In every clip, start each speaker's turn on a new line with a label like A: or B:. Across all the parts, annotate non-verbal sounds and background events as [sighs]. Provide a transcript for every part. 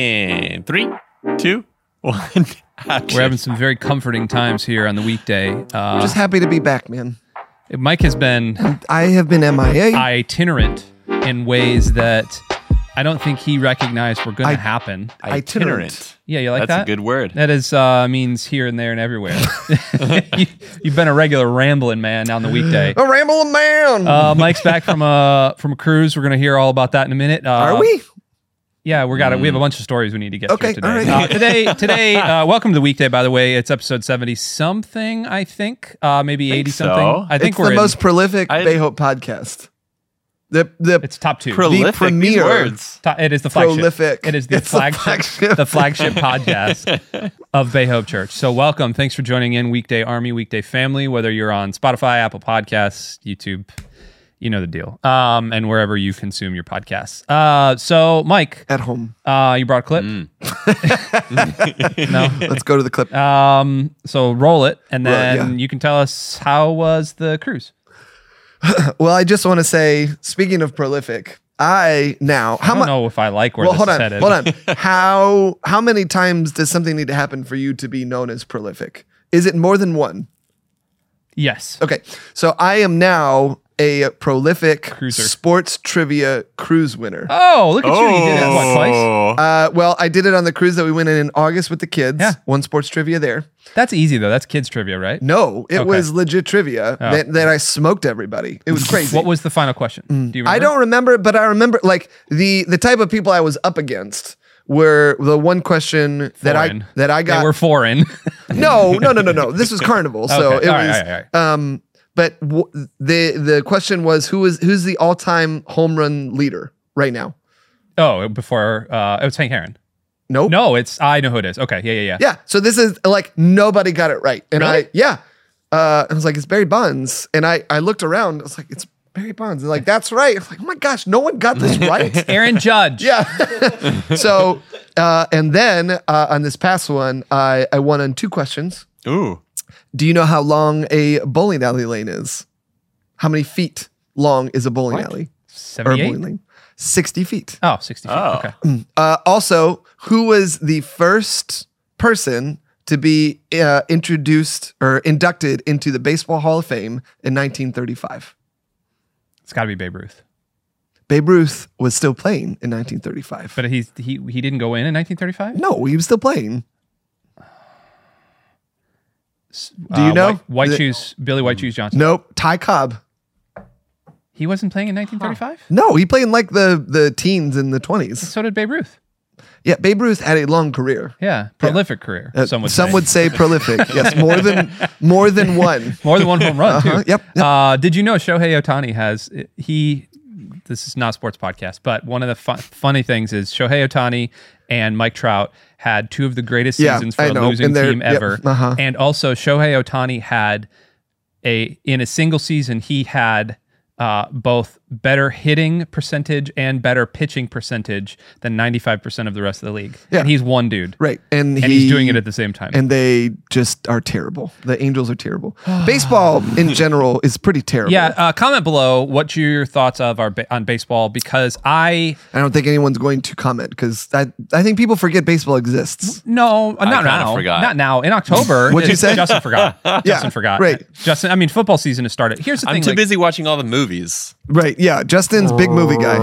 A: In three, two, [laughs] one. Action.
B: We're having some very comforting times here on the weekday. Uh,
C: I'm just happy to be back, man.
B: Mike has been
C: I have been MIA.
B: itinerant in ways that I don't think he recognized were going
C: I-
B: to happen.
C: itinerant.
B: Yeah, you like
A: That's
B: that?
A: a good word.
B: That is uh, means here and there and everywhere. [laughs] you, you've been a regular rambling man on the weekday.
C: A rambling man.
B: Uh, Mike's back from a from a cruise. We're gonna hear all about that in a minute. Uh,
C: Are we?
B: Yeah, we got it. We
A: Mm.
B: have a bunch of stories we need to get
C: Okay,
B: through today.
C: all right.
B: Uh,
C: [laughs]
B: today, today, uh, welcome to the weekday. By the way, it's episode seventy something. I think uh, maybe
A: Think
B: eighty something.
A: so.
B: I think
C: it's
B: we're
C: the
B: in-
C: most prolific
A: I-
C: Bay Hope podcast. The the
B: It's top two.
A: Prolific. These
C: premier-
A: words.
B: To- it is the flagship.
C: prolific.
B: It is the,
C: It's
B: flagship, the flagship
C: [laughs]
B: podcast of Bay Hope Church. So welcome. Thanks for joining in, weekday army, weekday family. Whether you're on Spotify, Apple Podcasts, YouTube, you know the deal, um, and wherever you consume your podcasts. Uh, so Mike,
C: at home.
B: uh, you brought a clip. [laughs]
C: Let's go to the clip.
B: Um, so roll it, and
C: Roll it,
B: then
C: yeah.
B: you can tell us how was the cruise.
C: well, I just want to say, speaking of prolific, I now how
B: I don't
C: much?
B: know if I like where
C: Well,
B: this
C: hold
B: is
C: on,
B: headed.
C: hold on.
B: [laughs]
C: How how many times does something need to happen for you to be known as prolific? Is it more than one?
B: Yes.
C: Okay, so I am now a prolific
B: Cruiser.
C: sports trivia cruise winner.
B: Oh, look at you! You did it what, twice.
A: Oh.
C: Uh, well, I did it on the cruise that we went in in August with the kids.
B: Yeah.
C: One sports trivia there.
B: That's easy though. That's kids trivia, right?
C: No, it
B: Okay. Oh.
C: was legit trivia that, that I smoked everybody. It was
B: [laughs]
C: crazy.
B: What was the final question? Do you remember?
C: Mm. I don't remember, but I remember like the the type of people I was up against were the one question that I
B: Foreign.
C: that I got.
B: They were foreign.
C: [laughs]
B: [laughs]
C: no, no, no, no, no. This was Carnival, so
B: Okay.
C: it
B: All right,
C: was.
B: all right,
C: Um, but w- the the question was who is who's the all time home run leader right now?
B: oh, before uh, it was Hank Aaron.
C: Nope.
B: No, it's I know who it is. Okay, yeah, yeah, yeah.
C: Yeah. So this is like nobody got it right. And
B: Really?
C: I yeah. Uh, I was like, it's Barry Bonds. And I I looked around, I was like, it's Barry Bonds. And like, that's right. I was like, oh my gosh, no one got this right. [laughs]
B: Aaron Judge.
C: yeah. so uh, and then uh, on this past one, I, I won on two questions.
A: Oh. Ooh.
C: Do you know how long a bowling alley lane is? How many feet long is a bowling alley? Or a
B: 78?
C: bowling lane? 60 feet.
B: Oh, 60. feet.
A: Oh.
B: Okay.
C: Uh, also, who was the first person to be uh, introduced or inducted into the Baseball Hall of Fame in 1935?
B: It's got to be Babe Ruth.
C: Babe Ruth was still playing in 1935.
B: But he's he he didn't go in in 1935?
C: no, he was still playing. Do
B: Uh,
C: you know?
B: White, White
C: The-
B: Shoes, Billy White Shoes Johnson.
C: Nope. Ty Cobb.
B: He wasn't playing in 1935?
C: No, he played in like the, the teens and the 20s.
B: So did Babe Ruth.
C: Yeah, Babe Ruth had a long career.
B: Yeah, prolific career.
C: Uh,
B: some would
C: some
B: say.
C: would say prolific. yes, more than more
B: [laughs]
C: than one.
B: more than one home run too.
C: Uh-huh, yep,
B: [laughs]
C: yep.
B: Uh, did you know Shohei Otani has he? This is not a sports podcast, but one of the fu- funny things is Shohei Otani and Mike Trout had two of the greatest
C: Yeah,
B: seasons for
C: I
B: a
C: know,
B: losing
C: and they're-
B: team
C: yep,
B: ever,
C: uh-huh.
B: and also Shohei Otani had a in a single season he had. Uh, both better hitting percentage and better pitching percentage than 95% of the rest of the league.
C: Yeah.
B: And he's one dude.
C: Right. And,
B: And he's doing it at the same time.
C: and they just are terrible. The Angels
B: [sighs]
C: are terrible. Baseball in general is pretty terrible.
B: Yeah, uh, comment below what your thoughts of our ba- on baseball because I
C: I don't think anyone's going to comment because I, I think people forget baseball exists.
B: no uh,
A: kinda
B: not now
A: forgot.
B: not now in October.
C: [laughs] What'd you
B: it's-
C: say?
B: Justin
C: [laughs]
B: forgot. Justin forgot.
C: right.
B: Justin, I mean football season has started. Here's the
A: I'm
B: thing.
A: too
B: like-
A: busy watching all the movies. [laughs]
C: Right. Yeah. Justin's big movie guy.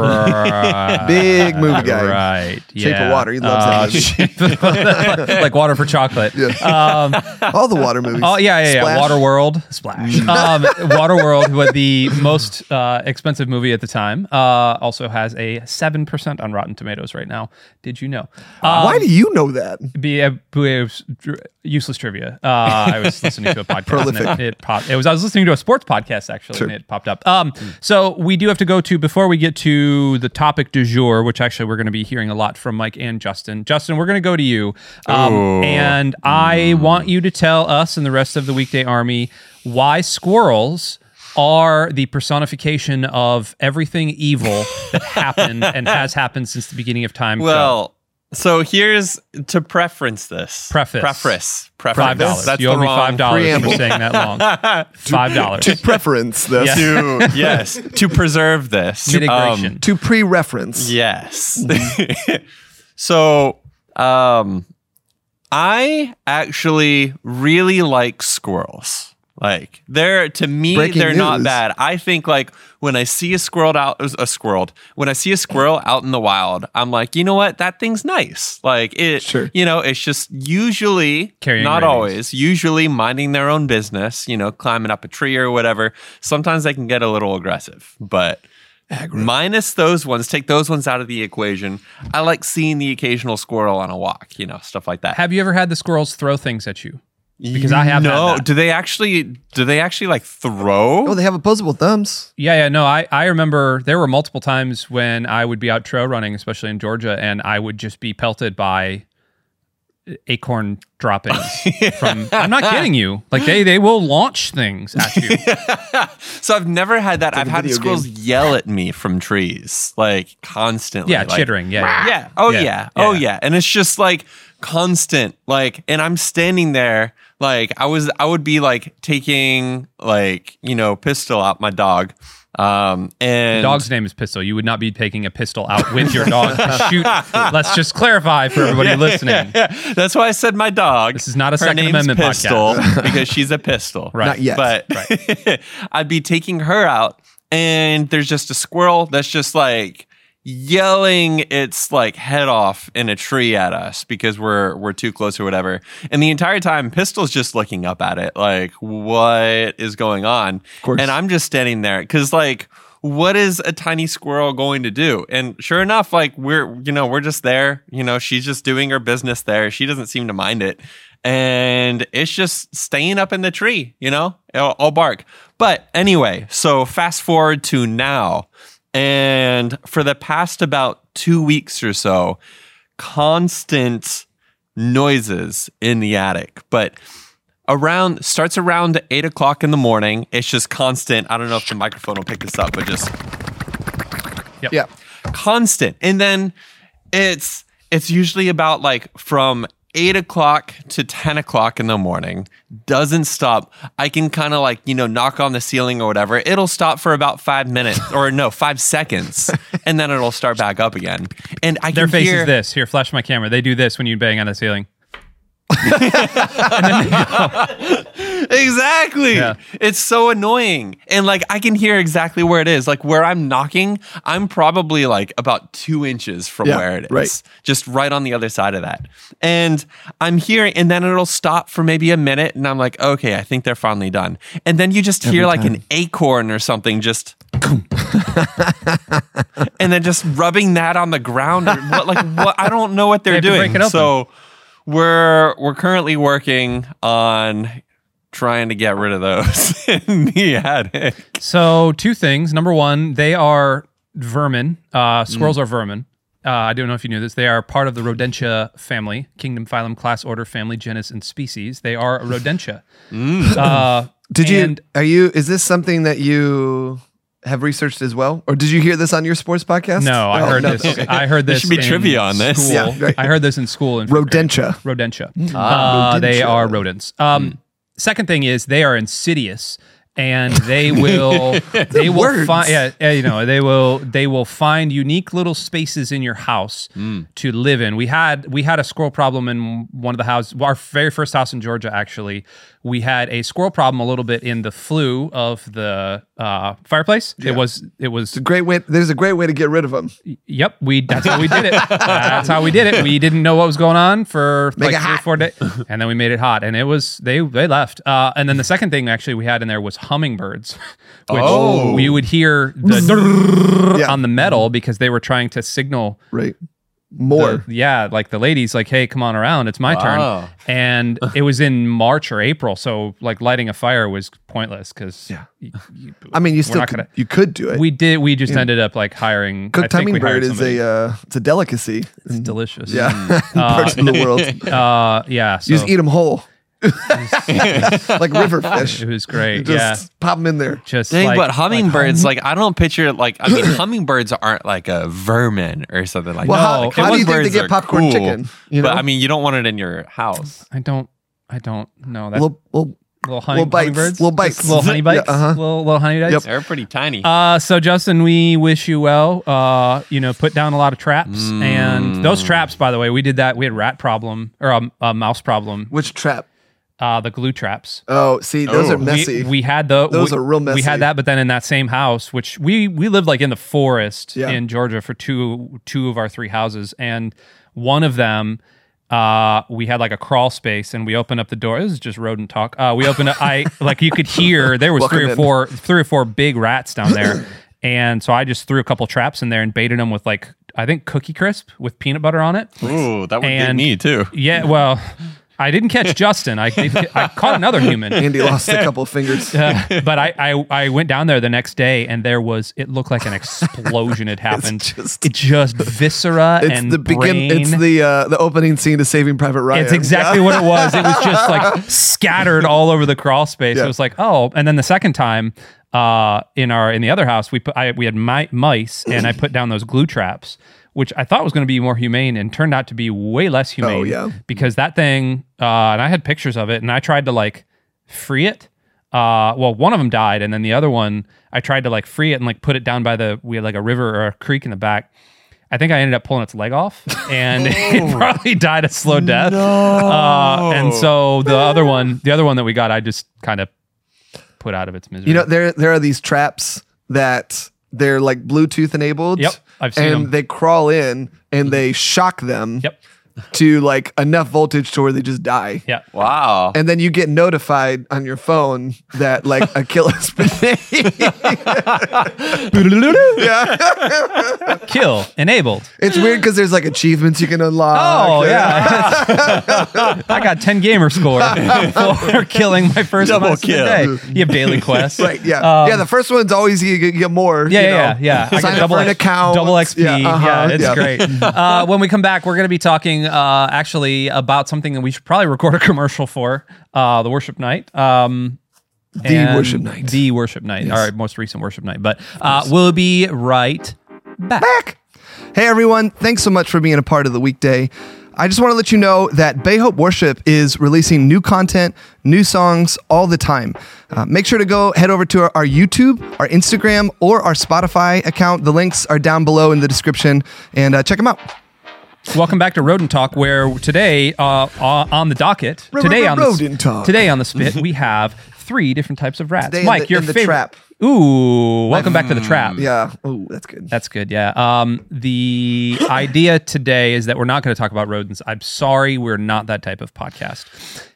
B: [laughs]
C: [laughs]
B: Right,
C: Big movie guy.
B: Right.
C: Shape
B: yeah. Uh,
C: of Water. He loves
B: [laughs]
C: that [laughs] movie.
B: that. [laughs] like water for chocolate. Um,
C: All the water movies.
B: Oh yeah, yeah, yeah.
C: Splash.
B: Waterworld, Splash. [laughs] um, Waterworld was the most uh, expensive movie at the time. Uh, also has a seven percent on Rotten Tomatoes right now. Did you know?
A: Uh,
B: Um,
C: Why do you
B: [laughs]
C: know that?
B: be a, be a- useless trivia. Uh, I was listening to a podcast. and it, it popped. It was I was listening to a sports podcast actually, and it popped up. Um, so we do have to go to before we get to the topic du jour, which actually we're going to be hearing a lot from Mike and Justin. Justin, we're going to go to you, um, and I want you to tell us and the rest of the weekday army why squirrels. Are the personification of everything evil that happened and has happened since the beginning of time.
A: Well, so here's to preference this.
B: Preface.
A: Preference. Preference.
B: Five dollars.
A: That's
B: You
A: the
B: owe me
A: wrong-
B: five dollars for
C: preamble.
B: saying
A: [laughs]
B: that long. Five dollars.
C: To preference this.
B: Yeah.
C: [laughs]
A: To [laughs] yes, to preserve this Um,
B: Mitigation.
C: To pre reference.
A: yes. [laughs] So, um, I actually really like squirrels. Like they're to me,
C: Breaking
A: they're not
C: news.
A: bad. I think like when I see a squirrel out, uh, a squirrel, when I see a squirrel out in the wild, I'm like, you know what, that thing's nice. Like it,
C: Sure.
A: you know, it's just usually
B: Carrying
A: not
B: rabies.
A: always, usually minding their own business. You know, climbing up a tree or whatever. Sometimes they can get a little aggressive, but minus those ones, take those ones out of the equation. I like seeing the occasional squirrel on a walk. You know, stuff like that.
B: Have you ever had the squirrels throw things at you? Because I have had
A: no.
B: that.
A: Do they actually? Do they actually like throw?
C: Oh, they have opposable thumbs.
B: Yeah, yeah, no. I, I remember there were multiple times when I would be out trail running, especially in Georgia, and I would just be pelted by acorn
A: [laughs]
B: droppings from I'm not kidding you. Like they they will launch things at
A: [laughs]
B: you.
A: so I've never had that. I've
C: a
A: had
C: video
A: squirrels yell at me from trees, like constantly.
B: yeah,
A: like,
B: chittering. Yeah. yeah.
A: Yeah. Oh yeah.
B: Yeah.
A: Oh
B: Yeah.
A: yeah. And it's just like constant. Like, and I'm standing there. Like, I was. I would be like taking like you know pistol out my dog. Um and
B: Dog's name is Pistol. You would not be taking a pistol out with your dog to
A: [laughs]
B: shoot. Let's just clarify for everybody listening.
A: Yeah, [laughs] that's why I said my dog.
B: This is not a
A: Her
B: Second
A: name's
B: Amendment
A: pistol
B: podcast. [laughs]
A: because she's a pistol.
B: Right.
C: Not yet.
A: But [laughs] I'd be taking her out, and there's just a squirrel that's just like yelling its like head off in a tree at us because we're we're too close or whatever. And the entire time, Pistol's just looking up at it, like, what is going on?
C: course.
A: And I'm just standing there because like what is a tiny squirrel going to do? And sure enough, like we're, you know, we're just there. You know, she's just doing her business there. She doesn't seem to mind it. And it's just staying up in the tree, you know, I'll, I'll bark. But anyway, so fast forward to now. And for the past about two weeks or so, constant noises in the attic. But around starts around eight o'clock in the morning. It's just constant. I don't know if the microphone will pick this up, but just
C: Yeah.
A: constant. And then it's it's usually about like from eight o'clock to ten o'clock in the morning. Doesn't stop. I can kind of like, you know, knock on the ceiling or whatever. It'll stop for about five minutes or no, five seconds. And then it'll start back up again. And I can
B: Their face
A: hear
B: is this. Here, flash my camera. They do this when you bang on the ceiling. And then they-
A: Exactly.
B: Yeah.
A: It's so annoying. And like I can hear exactly where it is. Like where I'm knocking, I'm probably like about two inches from
C: Yeah,
A: where it is.
C: right.
A: Just right on the other side of that. And I'm hearing and then it'll stop for maybe a minute and I'm like, okay, I think they're finally done. And then you just hear like an acorn or something just and then just rubbing that on the ground or what
C: [laughs]
A: like what I don't know what they're
B: They have to
A: doing.
B: break it open.
A: So we're we're currently working on trying to get rid of those [laughs] in the attic.
B: So two things. Number one, they are vermin. Uh, squirrels are vermin. Uh, I don't know if you knew this. They are part of the Rodentia family, kingdom, phylum, class, order, family, genus, and species. They are a Rodentia. Uh,
C: Did
B: and-
C: you? Are you? Is this something that you have researched as well, or did you hear this on your sports podcast?
B: No, I
C: Oh,
B: heard
C: no.
B: this. I heard
A: There
B: this.
A: should be
B: in
A: trivia on this.
B: school.
C: Yeah, right.
B: I heard this in school in
C: Rodentia.
B: Rodentia.
C: Ah,
B: Uh, They
C: rodentia. Mm.
B: are rodents. Um, Second thing is they are insidious, and they
C: [laughs]
B: will they will
C: Words.
B: find yeah, yeah, you know they will they will find unique little spaces in your house
C: Mm.
B: to live in. We had we had a squirrel problem in one of the houses, our very first house in Georgia. Actually, we had a squirrel problem a little bit in the flue of the uh, fireplace. It was it was
C: Great way. There's a great way to get rid of them.
B: Yep, we that's how we did
C: [laughs]
B: it. That's how we did it. We didn't know what was going on for
C: Make
B: like
C: it
B: three or
C: hot.
B: four days, and then we made it hot, and it was they they left. Uh, and then the second thing actually we had in there was hummingbirds, [laughs] which
A: Oh.
B: we would hear the
C: [laughs] Yeah.
B: on the metal because they were trying to signal.
C: Right. More.
B: Yeah, like the ladies, like, hey, come on around, it's my
A: Wow.
B: turn. And it was in March or April, so like lighting a fire was pointless because
C: Yeah. I mean, you still
B: not
C: could,
B: gonna-
C: you could do it.
B: we did. We just ended up like hiring. I
C: Cooked
B: think we
C: hummingbird
B: hired
C: is
B: somebody.
C: a uh, it's a delicacy. Mm.
B: It's delicious. Mm.
C: Yeah, in [laughs] parts of the
B: [laughs]
C: world. You
B: Uh, yeah. So.
C: just eat them
B: [laughs]
C: whole, like river fish.
B: It was great.
C: Just
B: yeah.
C: pop them in there.
B: Just
A: Dang,
B: like,
A: but hummingbirds, like, I don't picture like I mean hummingbirds aren't like a vermin or something like
C: Well,
A: that.
C: how-
B: No,
C: how, do you think they
A: Hummingbirds
C: get
A: are
C: popcorn
A: cool,
C: chicken? You
A: but
C: know?
A: I mean you don't want it in your house.
B: I don't, I don't know. That's
C: well, well,
B: little honey,
C: Little bites.
B: hummingbirds,
C: Little bites.
B: Just little honey
C: [laughs] Yeah,
B: bites,
C: uh-huh.
B: little little honey bites.
C: Yep.
A: They're pretty tiny.
B: Uh, so Justin, we wish you well. Uh, you know, put down a lot of traps, and those traps, by the way, we did that. We had rat problem or a, a mouse problem.
C: Which trap?
B: Uh, the glue traps.
C: Oh, see, those
A: Oh.
C: are messy.
B: We, we had the
C: Those
B: we,
C: are real
B: We
C: messy.
B: had that, but then in that same house, which we we lived like in the forest
C: Yeah.
B: in Georgia for two two of our three houses, and one of them. Uh, we had like a crawl space, and we opened up the door. This is just rodent talk. Uh, we opened up.
C: [laughs]
B: I like you could hear there was three
C: Welcome
B: or
C: in.
B: four, three or four big rats down there,
C: [coughs]
B: and so I just threw a couple traps in there and baited them with like I think cookie crisp with peanut butter on it.
A: Ooh, that would get
B: and-
A: me too.
B: Yeah, well, I didn't catch Justin. I did, ca- I caught another human.
C: Andy
B: [laughs]
C: lost a couple fingers.
B: Uh, [laughs] but I, I I went down there the next day and there was it looked like an
C: [laughs]
B: explosion had happened.
C: just-
B: it just viscera
C: It's
B: and
C: the
B: brain.
C: begin. It's the uh, the opening scene to Saving Private Ryan.
B: It's exactly what it was. It was just
C: [laughs]
B: like scattered all over the crawl space. It
C: Yeah.
B: was like oh, and then the second time uh, in our in the other house we put I, we had mi- mice and I put down those glue traps, which I thought was going to be more humane and turned out to be way less humane.
C: Oh, yeah.
B: because that thing uh, and I had pictures of it and I tried to like free it. Uh, well, one of them died, and then the other one I tried to like free it and like put it down by the we had like a river or a creek in the back. I think I ended up pulling its leg off, and [laughs] it probably died a slow death. Uh, and so the other one, the other one that we got, I just kind of put out of its misery.
C: You know, there there are these traps that they're like Bluetooth enabled.
B: Yep, I've seen
C: And
B: 'em.
C: they crawl in and they shock them.
B: Yep.
C: To like enough voltage to where they just die.
B: yeah.
A: Wow.
C: And then you get notified on your phone that like a killer's been [laughs] made.
B: [laughs] Kill enabled.
C: It's weird because there's like achievements you can unlock.
B: Oh yeah, [laughs] I got ten gamer score for killing my first
A: Double
B: mouse of the
A: kill.
B: day. You have daily quests,
C: Right, yeah, yeah. The first one's always you get, you get more.
B: Um, Yeah,
C: you
B: yeah,
C: know.
B: yeah, yeah.
C: Sign up for an account.
B: double XP. Yeah,
C: uh-huh,
B: it's
C: yeah. [laughs]
B: great. Uh, when we come back, we're going to be talking uh, actually about something that we should probably record a commercial for uh, the worship night. Um,
C: The worship night.
B: The worship night. Our most recent worship night. But uh, we'll be right back.
C: back. Hey everyone, thanks so much for being a part of the weekday. I just want to let you know that Bay Hope Worship is releasing new content, new songs all the time. Uh, make sure to go head over to our, our YouTube, our Instagram, or our Spotify account. The links are down below in the description and uh, check them out.
B: Welcome back to Rodent Talk, where today uh, uh, on the docket, today on the
C: Rodent Talk.
B: today on the
C: [laughs]
B: spit, we have three different types of rats.
C: Today in
B: Mike,
C: the-
B: your
C: in the
B: favorite.
C: trap.
B: Ooh, welcome back to the trap.
C: Yeah. Oh, that's good.
B: That's good. Yeah. Um, the idea today is that we're not going to talk about rodents. I'm sorry, we're not that type of podcast.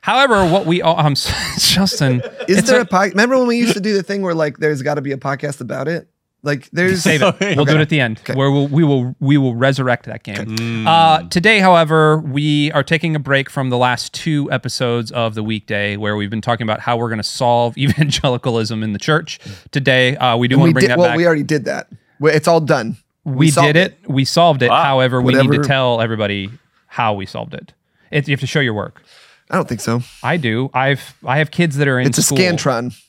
B: However, what we all, I'm s- [laughs] Justin,
C: Is
B: it's
C: there a, podcast? Remember when we used to do the thing where like there's got to be a podcast about it? Like there's [laughs]
B: save it. We'll do it at the end, where we'll, we will we will resurrect that game. Uh, today, however, we are taking a break from the last two episodes of the weekday, where we've been talking about how we're going to solve [laughs] evangelicalism in the church. Today, uh, we do want
C: We
B: to bring
C: did,
B: that
C: well,
B: back.
C: we already did that. We- It's all done.
B: we,
C: solved Ah,
B: did it. We solved it. However, we need
C: Whatever.
B: to tell everybody how we solved it. It, you have to show your work.
C: I don't think so.
B: I do. I've I have kids that are in.
C: It's a
B: school.
C: Scantron.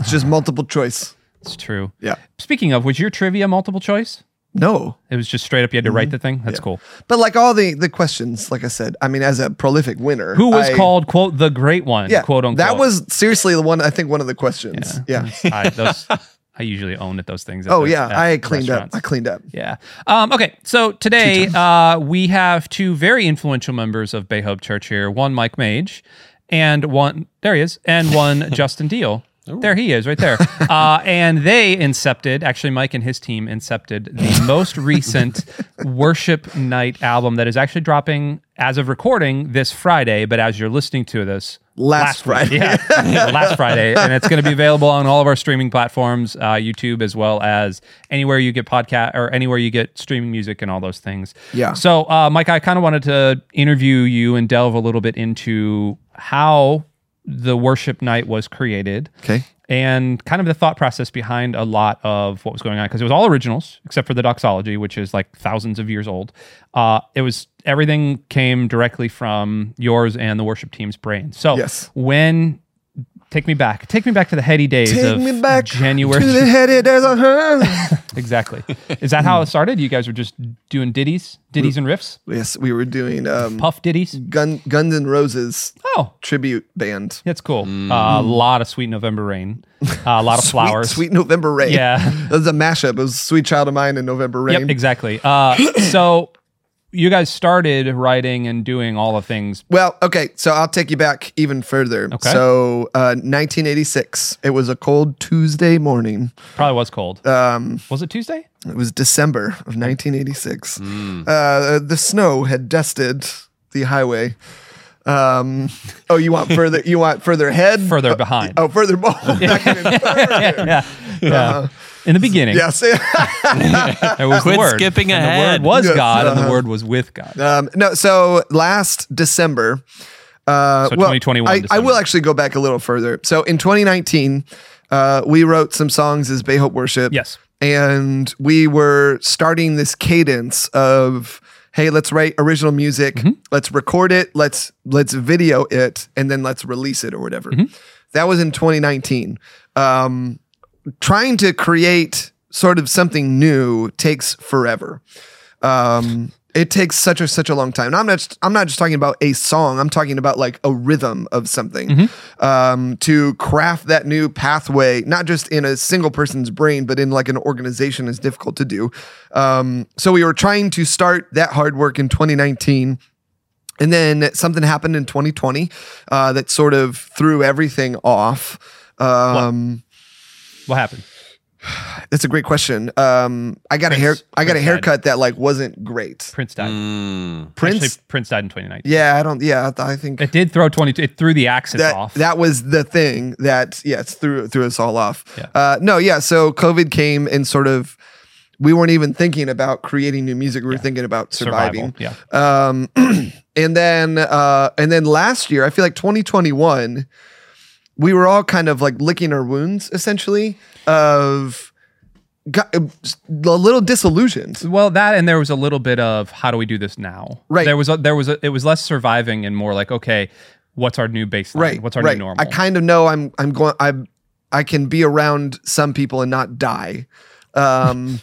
C: It's just multiple choice.
B: It's true.
C: Yeah.
B: Speaking of, was your trivia multiple choice?
C: No.
B: It was just straight up. You had to
C: Mm-hmm.
B: write the thing. That's cool.
C: But like all the the questions, like I said, I mean, as a prolific winner,
B: Who was
C: I-
B: called quote the great one?
C: Yeah,
B: quote unquote.
C: That was seriously the one. I think one of the questions. Yeah.
B: I, those, I usually own at those things. at
C: Oh
B: those-
C: yeah,
B: at
C: I cleaned up.
B: restaurants.
C: I cleaned up.
B: Yeah. Um, okay. So today uh, we have two very influential members of Bay Hope Church here. One Mike Mage, and one there he is, and one Justin Deal. There he is, right there. Uh, and they incepted. Actually, Mike and his team incepted the most recent Worship Night album that is actually dropping as of recording this Friday. But as you're listening to this,
C: Last
B: week.
C: Friday. [laughs]
B: Yeah, last Friday. And it's going to be available on all of our streaming platforms, uh, YouTube, as well as anywhere you get podcast or anywhere you get streaming music and all those things.
C: Yeah.
B: So, uh, Mike, I kind of wanted to interview you and delve a little bit into how the worship night was created
C: Okay.
B: and kind of the thought process behind a lot of what was going on because it was all originals except for the doxology which is like thousands of years old uh, it was everything came directly from yours and the worship team's brain so
C: Yes.
B: when Take me back. Take me back to the heady days
C: Take
B: of
C: me back
B: January.
C: to the heady days of her.
B: [laughs] exactly. Is that how it started? You guys were just doing ditties, ditties and riffs,
C: [laughs] yes, we were doing um,
B: puff ditties.
C: Gun, Guns N' Roses
B: Oh,
C: tribute band.
B: that's cool. Uh, a lot of sweet November rain. Uh, a lot of flowers.
C: [laughs] Sweet, sweet November Rain.
B: Yeah.
C: It was a mashup. It was Sweet Child of Mine and November Rain.
B: Yep, exactly. Uh, [coughs] so you guys started writing and doing all the things.
C: Well, okay, so I'll take you back even further.
B: Okay.
C: So, uh, 1986. It was a cold Tuesday morning.
B: Probably was cold. Um, was it Tuesday?
C: It was December of 1986.
B: Hmm.
C: Uh, the snow had dusted the highway. Um, oh, you want further? You want further
B: [laughs]
C: ahead?
B: Further behind.
C: Oh, further. [laughs] Oh, back even further.
B: [laughs] yeah. yeah.
C: Uh-huh.
B: In the beginning,
C: Yes.
B: it was
A: Quit
B: the word.
A: skipping
B: and
A: ahead.
B: The word was
C: Yes, Uh-huh.
B: God, and the word was with God.
C: [laughs] Um, no, so last December. Uh,
B: So
C: well,
B: 2021
C: I, I
B: December.
C: will actually go back a little further. So in 2019, uh, we wrote some songs as Bay Hope Worship.
B: Yes.
C: And we were starting this cadence of, hey, let's write original music, let's record it, let's let's video it, and then let's release it or whatever. That was in 2019. Um, trying to create sort of something new takes forever. Um, it takes such a such a long time. And I'm not just, I'm not just talking about a song. I'm talking about like a rhythm of something um, to craft that new pathway, not just in a single person's brain, but in like an organization is difficult to do. Um, so we were trying to start that hard work in 2019. And then something happened in 2020 uh, that sort of threw everything off. Um,
B: What happened?
C: that's a great question. Um, I got a hair.
B: Prince-
C: I got a
B: Prince
C: haircut that like wasn't great.
B: Prince died.
A: Mm.
C: Prince.
B: Actually, Prince died in 2019.
C: yeah, I don't. Yeah, I, th- I think
B: It did throw 22. It threw the axis
C: that
B: off.
C: that was the thing that yes threw threw us all off.
B: Yeah.
C: Uh, no, yeah. So COVID came and sort of we weren't even thinking about creating new music. We were thinking about surviving.
B: Survival. Yeah.
C: Um, and then uh, and then last year, I feel like 2021, we were all kind of like licking our wounds, essentially. Of got, uh, a little disillusioned.
B: Well, that and there was a little bit of how do we do this now?
C: Right.
B: There was a, there was a, it was less surviving and more like okay, what's our new baseline?
C: right
B: What's our
C: right.
B: new normal?
C: i kind of know i'm i'm going i i can be around some people and not die
B: [laughs]
C: um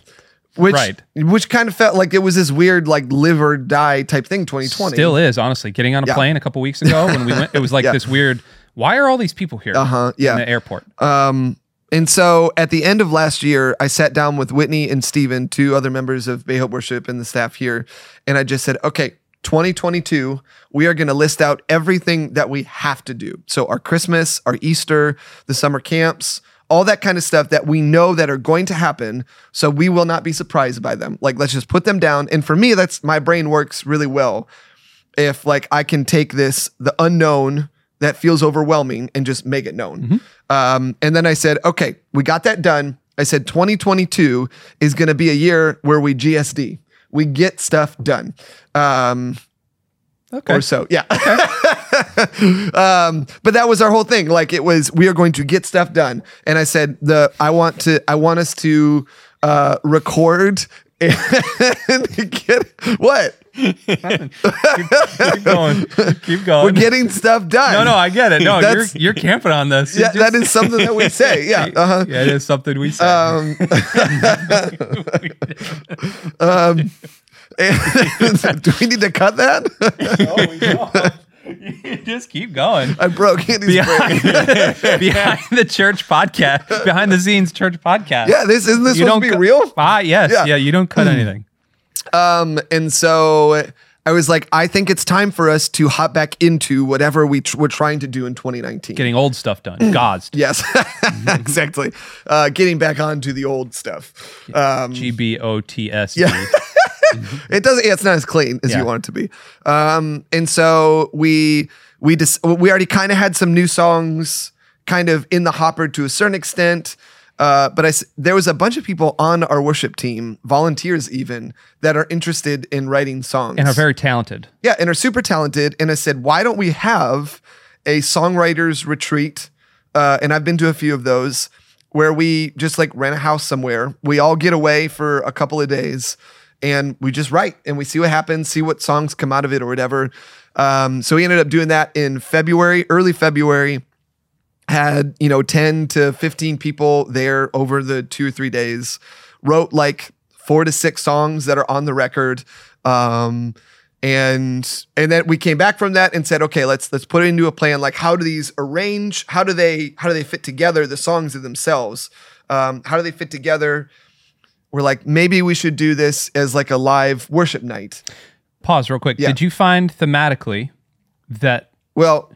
C: which
B: Right.
C: which kind of felt like it was this weird like live or die type thing 2020
B: Still is honestly getting on a
C: Yeah.
B: plane a couple weeks
C: [laughs]
B: ago when we went. It was like
C: Yeah.
B: this weird. Why are all these people here?
C: Uh-huh, yeah.
B: In the
C: [laughs]
B: airport. [laughs]
C: Um, and so at the end of last year, I sat down with Whitney and Steven, two other members of Bay Hope Worship and the staff here, and I just said, okay, 2022, we are going to list out everything that we have to do. So our Christmas, our Easter, the summer camps, all that kind of stuff that we know that are going to happen. So we will not be surprised by them. Like, let's just put them down. And for me, that's my brain works really well if like I can take this the unknown that feels overwhelming and just make it known.
B: Mm-hmm.
C: Um, and then I said, okay, we got that done. I said 2022 is going to be a year where we GSD, we get stuff done. Um,
B: Okay.
C: or so. Yeah. [laughs] um, but that was our whole thing. Like it was, we are going to get stuff done. And I said, the I want to, I want us to uh, record [laughs] and get what
B: Keep going. Keep going.
C: we're getting stuff done.
B: no, no, I get it. No, you're
C: That's-
B: you're camping on this.
C: yeah,
B: It's
C: that
B: just-
C: is something that
B: [laughs]
C: we say. Yeah. Uh-huh.
B: Yeah, it is something we say. [laughs]
C: Um, [laughs] um, and- [laughs] do we need to cut that? [laughs]
B: no, we don't. [laughs] just keep going.
C: I broke Andy's brain.
B: behind, [laughs] behind the church podcast, behind the scenes church podcast.
C: Yeah, this isn't this supposed to be
B: cu-
C: real?
B: Ah, yes,
C: Yeah. Hmm.
B: yeah. You don't cut anything.
C: Um, and so I was like, I think it's time for us to hop back into whatever we tr- were trying to do in 2019.
B: Getting old stuff
C: [clears throat]
B: done. God's
C: yes, [laughs] exactly. Uh, getting back onto the old stuff. Um,
B: G B O T S.
C: Yeah. it doesn't. Yeah, it's not as clean as
B: Yeah.
C: you want it to be. Um, and so we we just we already kind of had some new songs kind of in the hopper to a certain extent. Uh, but I s- there was a bunch of people on our worship team, volunteers even, that are interested in writing songs
B: and are very talented.
C: yeah, and are super talented. And I said, why don't we have a songwriters retreat? Uh, and I've been to a few of those where we just like rent a house somewhere. We all get away for a couple of days and we just write and we see what happens, see what songs come out of it or whatever. Um, so we ended up doing that in February, early February had you know 10 to 15 people there over the two or three days wrote like four to six songs that are on the record um and and then we came back from that and said okay let's let's put it into a plan like how do these arrange how do they how do they fit together the songs of themselves um how do they fit together we're like maybe we should do this as like a live worship night
B: Pause real quick.
C: Yeah.
B: Did you find thematically that
C: well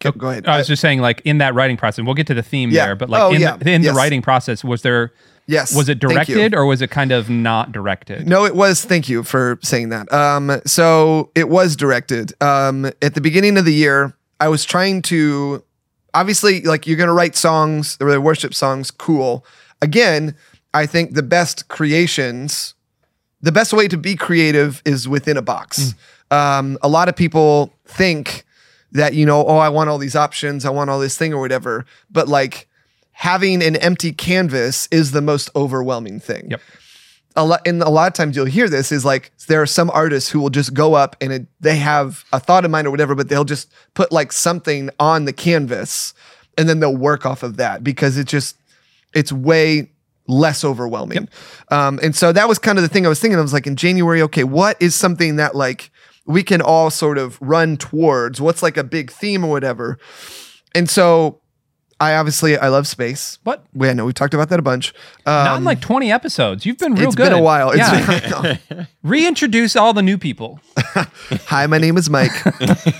C: go, go ahead
B: I was just saying, like in that writing process, we'll get to the theme
C: Yeah.
B: there, but like
C: Oh,
B: in,
C: yeah.
B: the, in
C: Yes.
B: the writing process, was there
C: yes
B: was it
C: Thank you.
B: directed or was it kind of not directed?
C: No, it was. Thank you for saying that. Um, so it was directed. Um, at the beginning of the year, I was trying to, obviously, like you're gonna write songs, or the worship songs. Cool. Again, I think the best creations, the best way to be creative is within a box. Um, a lot of people think that you know, oh, I want all these options, I want all this thing or whatever, but like. Having an empty canvas is the most overwhelming thing
B: Yep.
C: a lot and a lot of times you'll hear this is like there are some artists who will just go up and it, they have a thought in mind or whatever but they'll just put like something on the canvas and then they'll work off of that because it just it's way less overwhelming um, and so that was kind of the thing i was thinking i was like in january okay what is something that like we can all sort of run towards what's like a big theme or whatever and so i obviously i love space
B: What?
C: we i know we talked about that a bunch
B: Not
C: um,
B: in like 20 episodes. You've been real
C: it's
B: good.
C: been a while. It's
B: yeah.
C: been- no.
B: [laughs] Reintroduce all the new
C: [laughs]
B: people.
C: Hi, my name is Mike,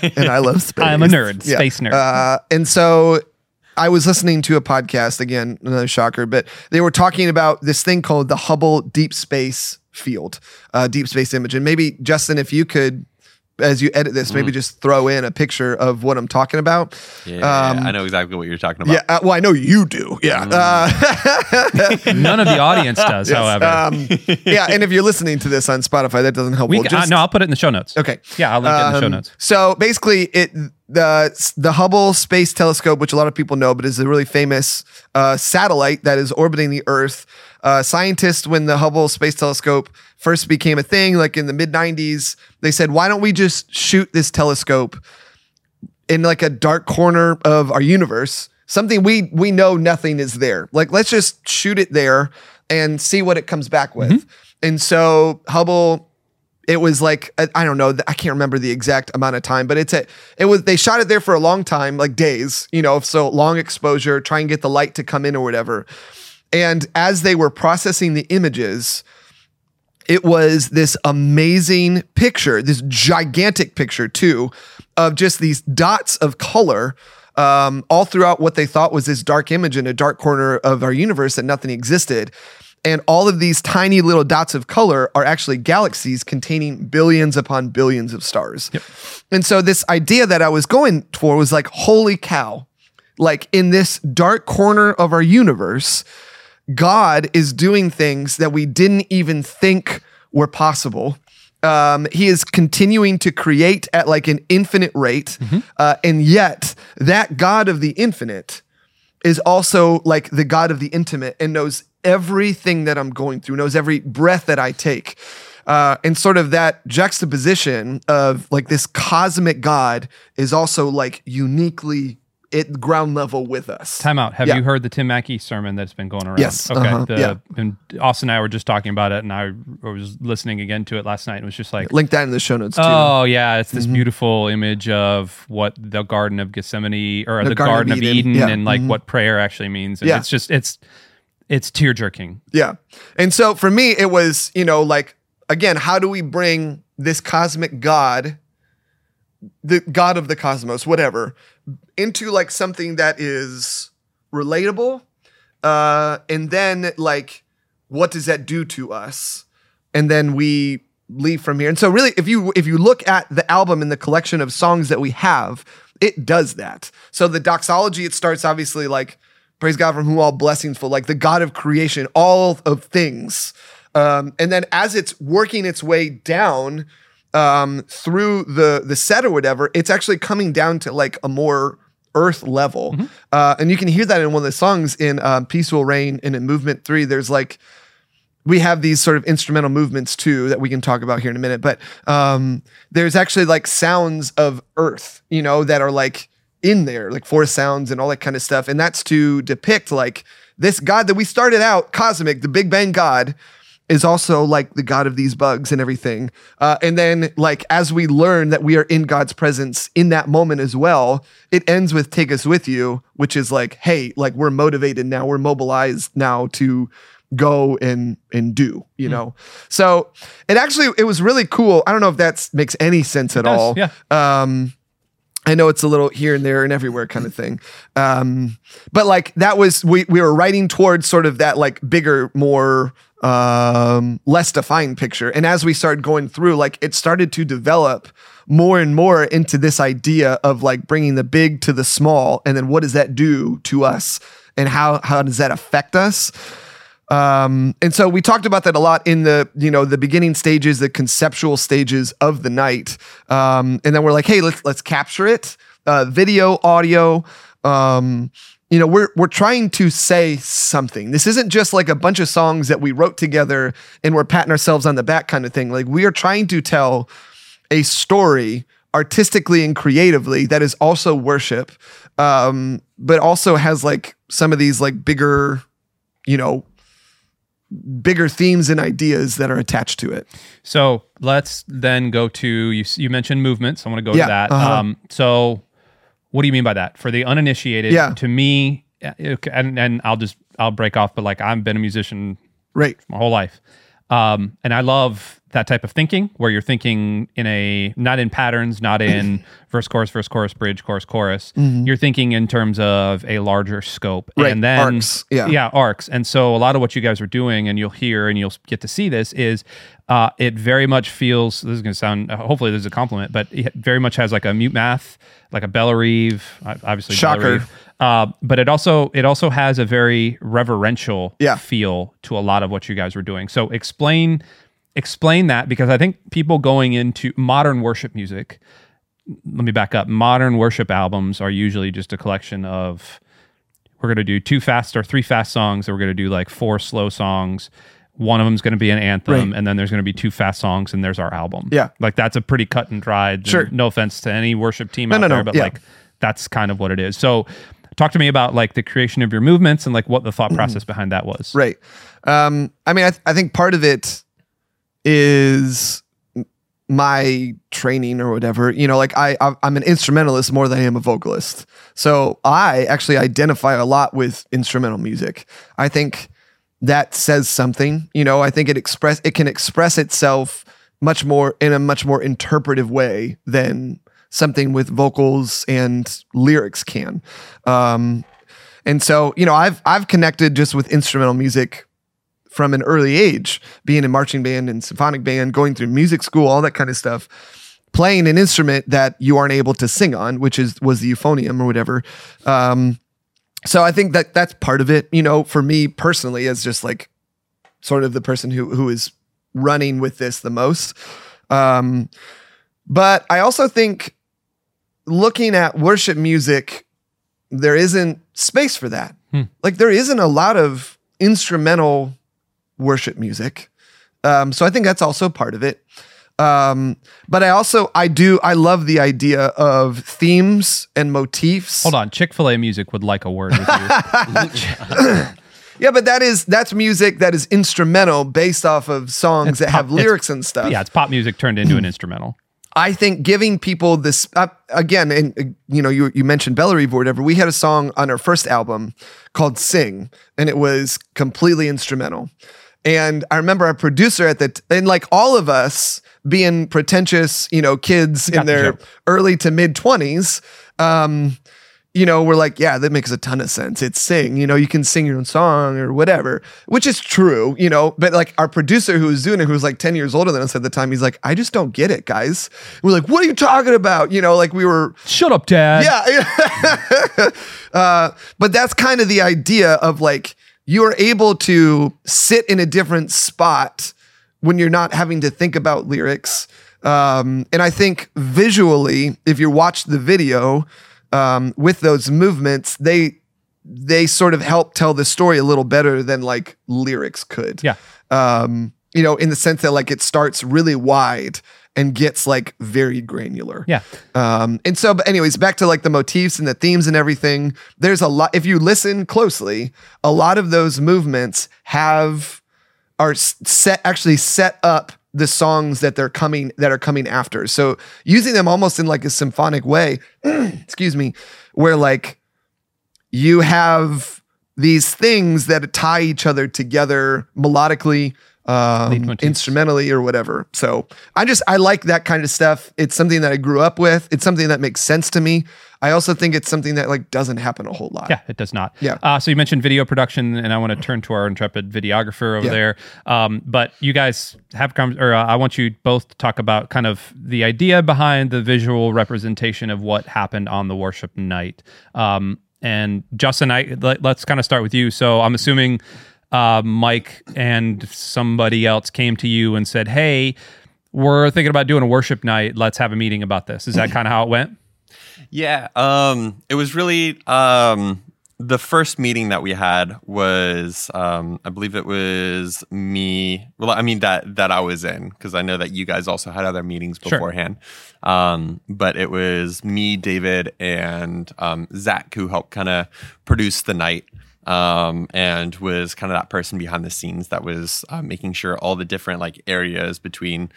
C: and I love space.
B: I'm a nerd,
C: Yeah.
B: space nerd.
C: Uh, and so I was listening to a podcast again, another shocker, but they were talking about this thing called the Hubble Deep Space Field, uh, Deep Space Image. And maybe, Justin, if you could, as you edit this, maybe just throw in a picture of what I'm talking about.
A: Yeah,
C: um,
A: I know exactly what you're talking about.
C: Yeah, uh, well, I know you do. Yeah. Uh,
B: None of the
C: [laughs]
B: audience does, however.
C: um, yeah, and if you're listening to this on Spotify, that doesn't help.
B: we
C: We'll
B: ca- uh, no, I'll put it in the show notes.
C: Okay.
B: Yeah, I'll link it in the show
C: Um,
B: notes.
C: So basically, it the the Hubble Space Telescope, which a lot of people know, but is a really famous uh, satellite that is orbiting the Earth. Uh, scientists, when the Hubble Space Telescope first became a thing, like in the mid '90s, they said, "Why don't we just shoot this telescope in like a dark corner of our universe, something we we know nothing is there. Like let's just shoot it there and see what it comes back with.
B: Mm-hmm.
C: And so Hubble it was like I I don't know I can't remember the exact amount of time but it's a it was they shot it there for a long time like days you know so long exposure try and get the light to come in or whatever and as they were processing the images it was this amazing picture, this gigantic picture too, of just these dots of color um, all throughout what they thought was this dark image in a dark corner of our universe that nothing existed. And all of these tiny little dots of color are actually galaxies containing billions upon billions of stars. And so, this idea that I was going for was like, holy cow, like in this dark corner of our universe, God is doing things that we didn't even think were possible. Um, he is continuing to create at like an infinite rate.
B: Mm-hmm.
C: Uh, and yet, that God of the infinite is also like the God of the intimate and knows everything that I'm going through, knows every breath that I take. Uh, and sort of that juxtaposition of like this cosmic God is also like uniquely at ground level with us.
B: Time out. Have
C: Yeah.
B: you heard the Tim Mackey sermon that's been going around?
C: Yes.
B: Okay.
C: Uh-huh.
B: The,
C: Yeah.
B: And Austin and I were just talking about it, and I was listening again to it last night and was just like,
C: Link that in the show notes too.
B: Oh yeah, it's
C: Mm-hmm.
B: this beautiful image of what the Garden of Gethsemane or the, Garden, of Eden,
C: yeah. Mm-hmm.
B: and like what prayer actually means. And
C: Yeah.
B: it's just it's it's tear jerking.
C: Yeah. And so for me, it was, you know, like, again, how do we bring this cosmic God, the God of the cosmos, whatever, into like something that is relatable? Uh, and then, like, what does that do to us? And then we leave from here. And so really if you if you look at the album and the collection of songs that we have, it does that. So the doxology it starts obviously like praise God from whom all blessings flow, like the God of creation, all of things. Um, and then as it's working its way down um, through the the set or whatever, it's actually coming down to like a more earth level. Uh, and you can hear that in one of the songs in um, Peace Will Reign and in Movement 3. There's like we have these sort of instrumental movements too that we can talk about here in a minute. But um, there's actually like sounds of earth, you know, that are like in there, like forest sounds and all that kind of stuff. And that's to depict like this God that we started out, cosmic, the Big Bang God, is also like the God of these bugs and everything. Uh, and then, like, as we learn that we are in God's presence in that moment as well, it ends with Take Us With You, which is like, hey, like we're motivated now, we're mobilized now to go and and do you
B: Hmm.
C: know so it actually it was really cool i don't know if that makes any sense at
B: does,
C: all
B: yeah.
C: um I know it's a little here and there and everywhere kind of thing. Um, but like that was we we were writing towards sort of that like bigger, more um less defined picture. And as we started going through, like it started to develop more and more into this idea of like bringing the big to the small and then what does that do to us and how how does that affect us? Um, and so we talked about that a lot in the you know the beginning stages, the conceptual stages of the night, um, and then we're like, hey, let's let's capture it, uh, video, audio. Um, you know, we're we're trying to say something. This isn't just like a bunch of songs that we wrote together and we're patting ourselves on the back kind of thing. Like we are trying to tell a story artistically and creatively that is also worship, um, but also has like some of these like bigger, you know, bigger themes and ideas that are attached to it.
B: So let's then go to you. You mentioned movement, so I want to go
C: Yeah,
B: to that.
C: uh-huh.
B: Um, so, what do you mean by that? For the uninitiated,
C: Yeah.
B: to me, uh, okay, and and I'll just I'll break off, but like I've been a musician
C: Right.
B: my whole life, um, and I love that type of thinking where you're thinking in a not in patterns,
C: [laughs]
B: not in verse chorus verse chorus bridge chorus chorus. You're thinking in terms of a larger scope,
C: Mm-hmm. Right,
B: and then
C: arcs, yeah.
B: yeah, arcs. And so a lot of what you guys are doing, and you'll hear and you'll get to see this, is uh, it very much feels. This is going to sound. uh, Hopefully, this is a compliment, but it very much has like a mute math, like a Bella Reeve, uh, obviously. Bella
C: Shocker.
B: Reeve. Uh, but it also it also has a very reverential
C: Yeah.
B: feel to a lot of what you guys were doing. So explain explain that because I think people going into modern worship music let me back up. Modern worship albums are usually just a collection of we're going to do two fast or three fast songs, and we're going to do like four slow songs. One of them's going to be an anthem, and then there's going to be two fast songs, and there's our album.
C: Yeah.
B: like that's a pretty cut and dried.
C: Sure.
B: No offense to any worship team
C: No,
B: out
C: no, no.
B: there, but
C: Yeah.
B: like that's kind of what it is. So, talk to me about like the creation of your movements and like what the thought process behind that was.
C: Right. Um, I mean, I, th- I think part of it is m- my training or whatever. You know, like I, I- I'm an instrumentalist more than I am a vocalist. So I actually identify a lot with instrumental music. I think that says something. You know, I think it express it can express itself much more in a much more interpretive way than something with vocals and lyrics can. Um, and so, you know, I've I've connected just with instrumental music from an early age, being in marching band and symphonic band, going through music school, all that kind of stuff. Playing an instrument that you aren't able to sing on, which is was the euphonium or whatever. Um, so I think that that's part of it. You know, for me personally, as just like sort of the person who who is running with this the most. Um, but I also think looking at worship music, there isn't space for that.
B: Hmm.
C: Like there isn't a lot of instrumental worship music. Um, so I think that's also part of it. Um, but I also I do I love the idea of themes and motifs.
B: Hold on, Chick Fil A music would like a word with you. [laughs]
C: Yeah, but that is that's music that is instrumental based off of songs that
B: pop-
C: have lyrics and stuff.
B: yeah, it's pop music turned into an instrumental.
C: I think giving people this uh, again, and uh, you know, you you mentioned Bellarive or whatever. We had a song on our first album called "Sing," and it was completely instrumental. And I remember our producer at the t- and like all of us being pretentious, you know, kids in
B: Got the
C: their
B: joke.
C: early to mid twenties. Um, you know, we're like, yeah, that makes a ton of sense. It's sing, you know, you can sing your own song or whatever, which is true, you know. But like our producer who was doing it, who was like 10 years older than us at the time, he's like, I just don't get it, guys. We're like, what are you talking about? You know, like we were
B: Shut up, Dad.
C: yeah. [laughs] uh, but that's kind of the idea of like you're able to sit in a different spot when you're not having to think about lyrics. Um, and I think visually, if you watch the video um, with those movements, they they sort of help tell the story a little better than like lyrics could
B: Yeah.
C: um, you know, in the sense that like it starts really wide and gets like very granular.
B: Yeah.
C: Um, and so, but anyways, back to like the motifs and the themes and everything. There's a lot. If you listen closely, a lot of those movements have are s- set actually set up the songs that they're coming that are coming after. So using them almost in like a symphonic way. [clears throat] excuse me, where like you have these things that tie each other together melodically um,
B: Leitmotifs.
C: instrumentally or whatever so i just i like that kind of stuff it's something that i grew up with it's something that makes sense to me i also think it's something that like doesn't happen a whole lot
B: Yeah, it does not.
C: Yeah.
B: Uh, so you mentioned video production, and I want to turn to our intrepid videographer over
C: Yeah.
B: there. Um, but you guys have come, or uh, I want you both to talk about kind of the idea behind the visual representation of what happened on the worship night. Um, and Justin, I let, let's kind of start with you. So I'm assuming uh, Mike and somebody else came to you and said, "Hey, we're thinking about doing a worship night. Let's have a meeting about this." Is that
C: [clears throat]
B: kind of how it went?
A: Yeah. Um, it was really um, the first meeting that we had was um, I believe it was me. Well, I mean that that I was in because I know that you guys also had other meetings
B: Sure.
A: beforehand. Um, but it was me, David, and um, Zach who helped kind of produce the night. Um, and was kind of that person behind the scenes that was uh, making sure all the different like areas between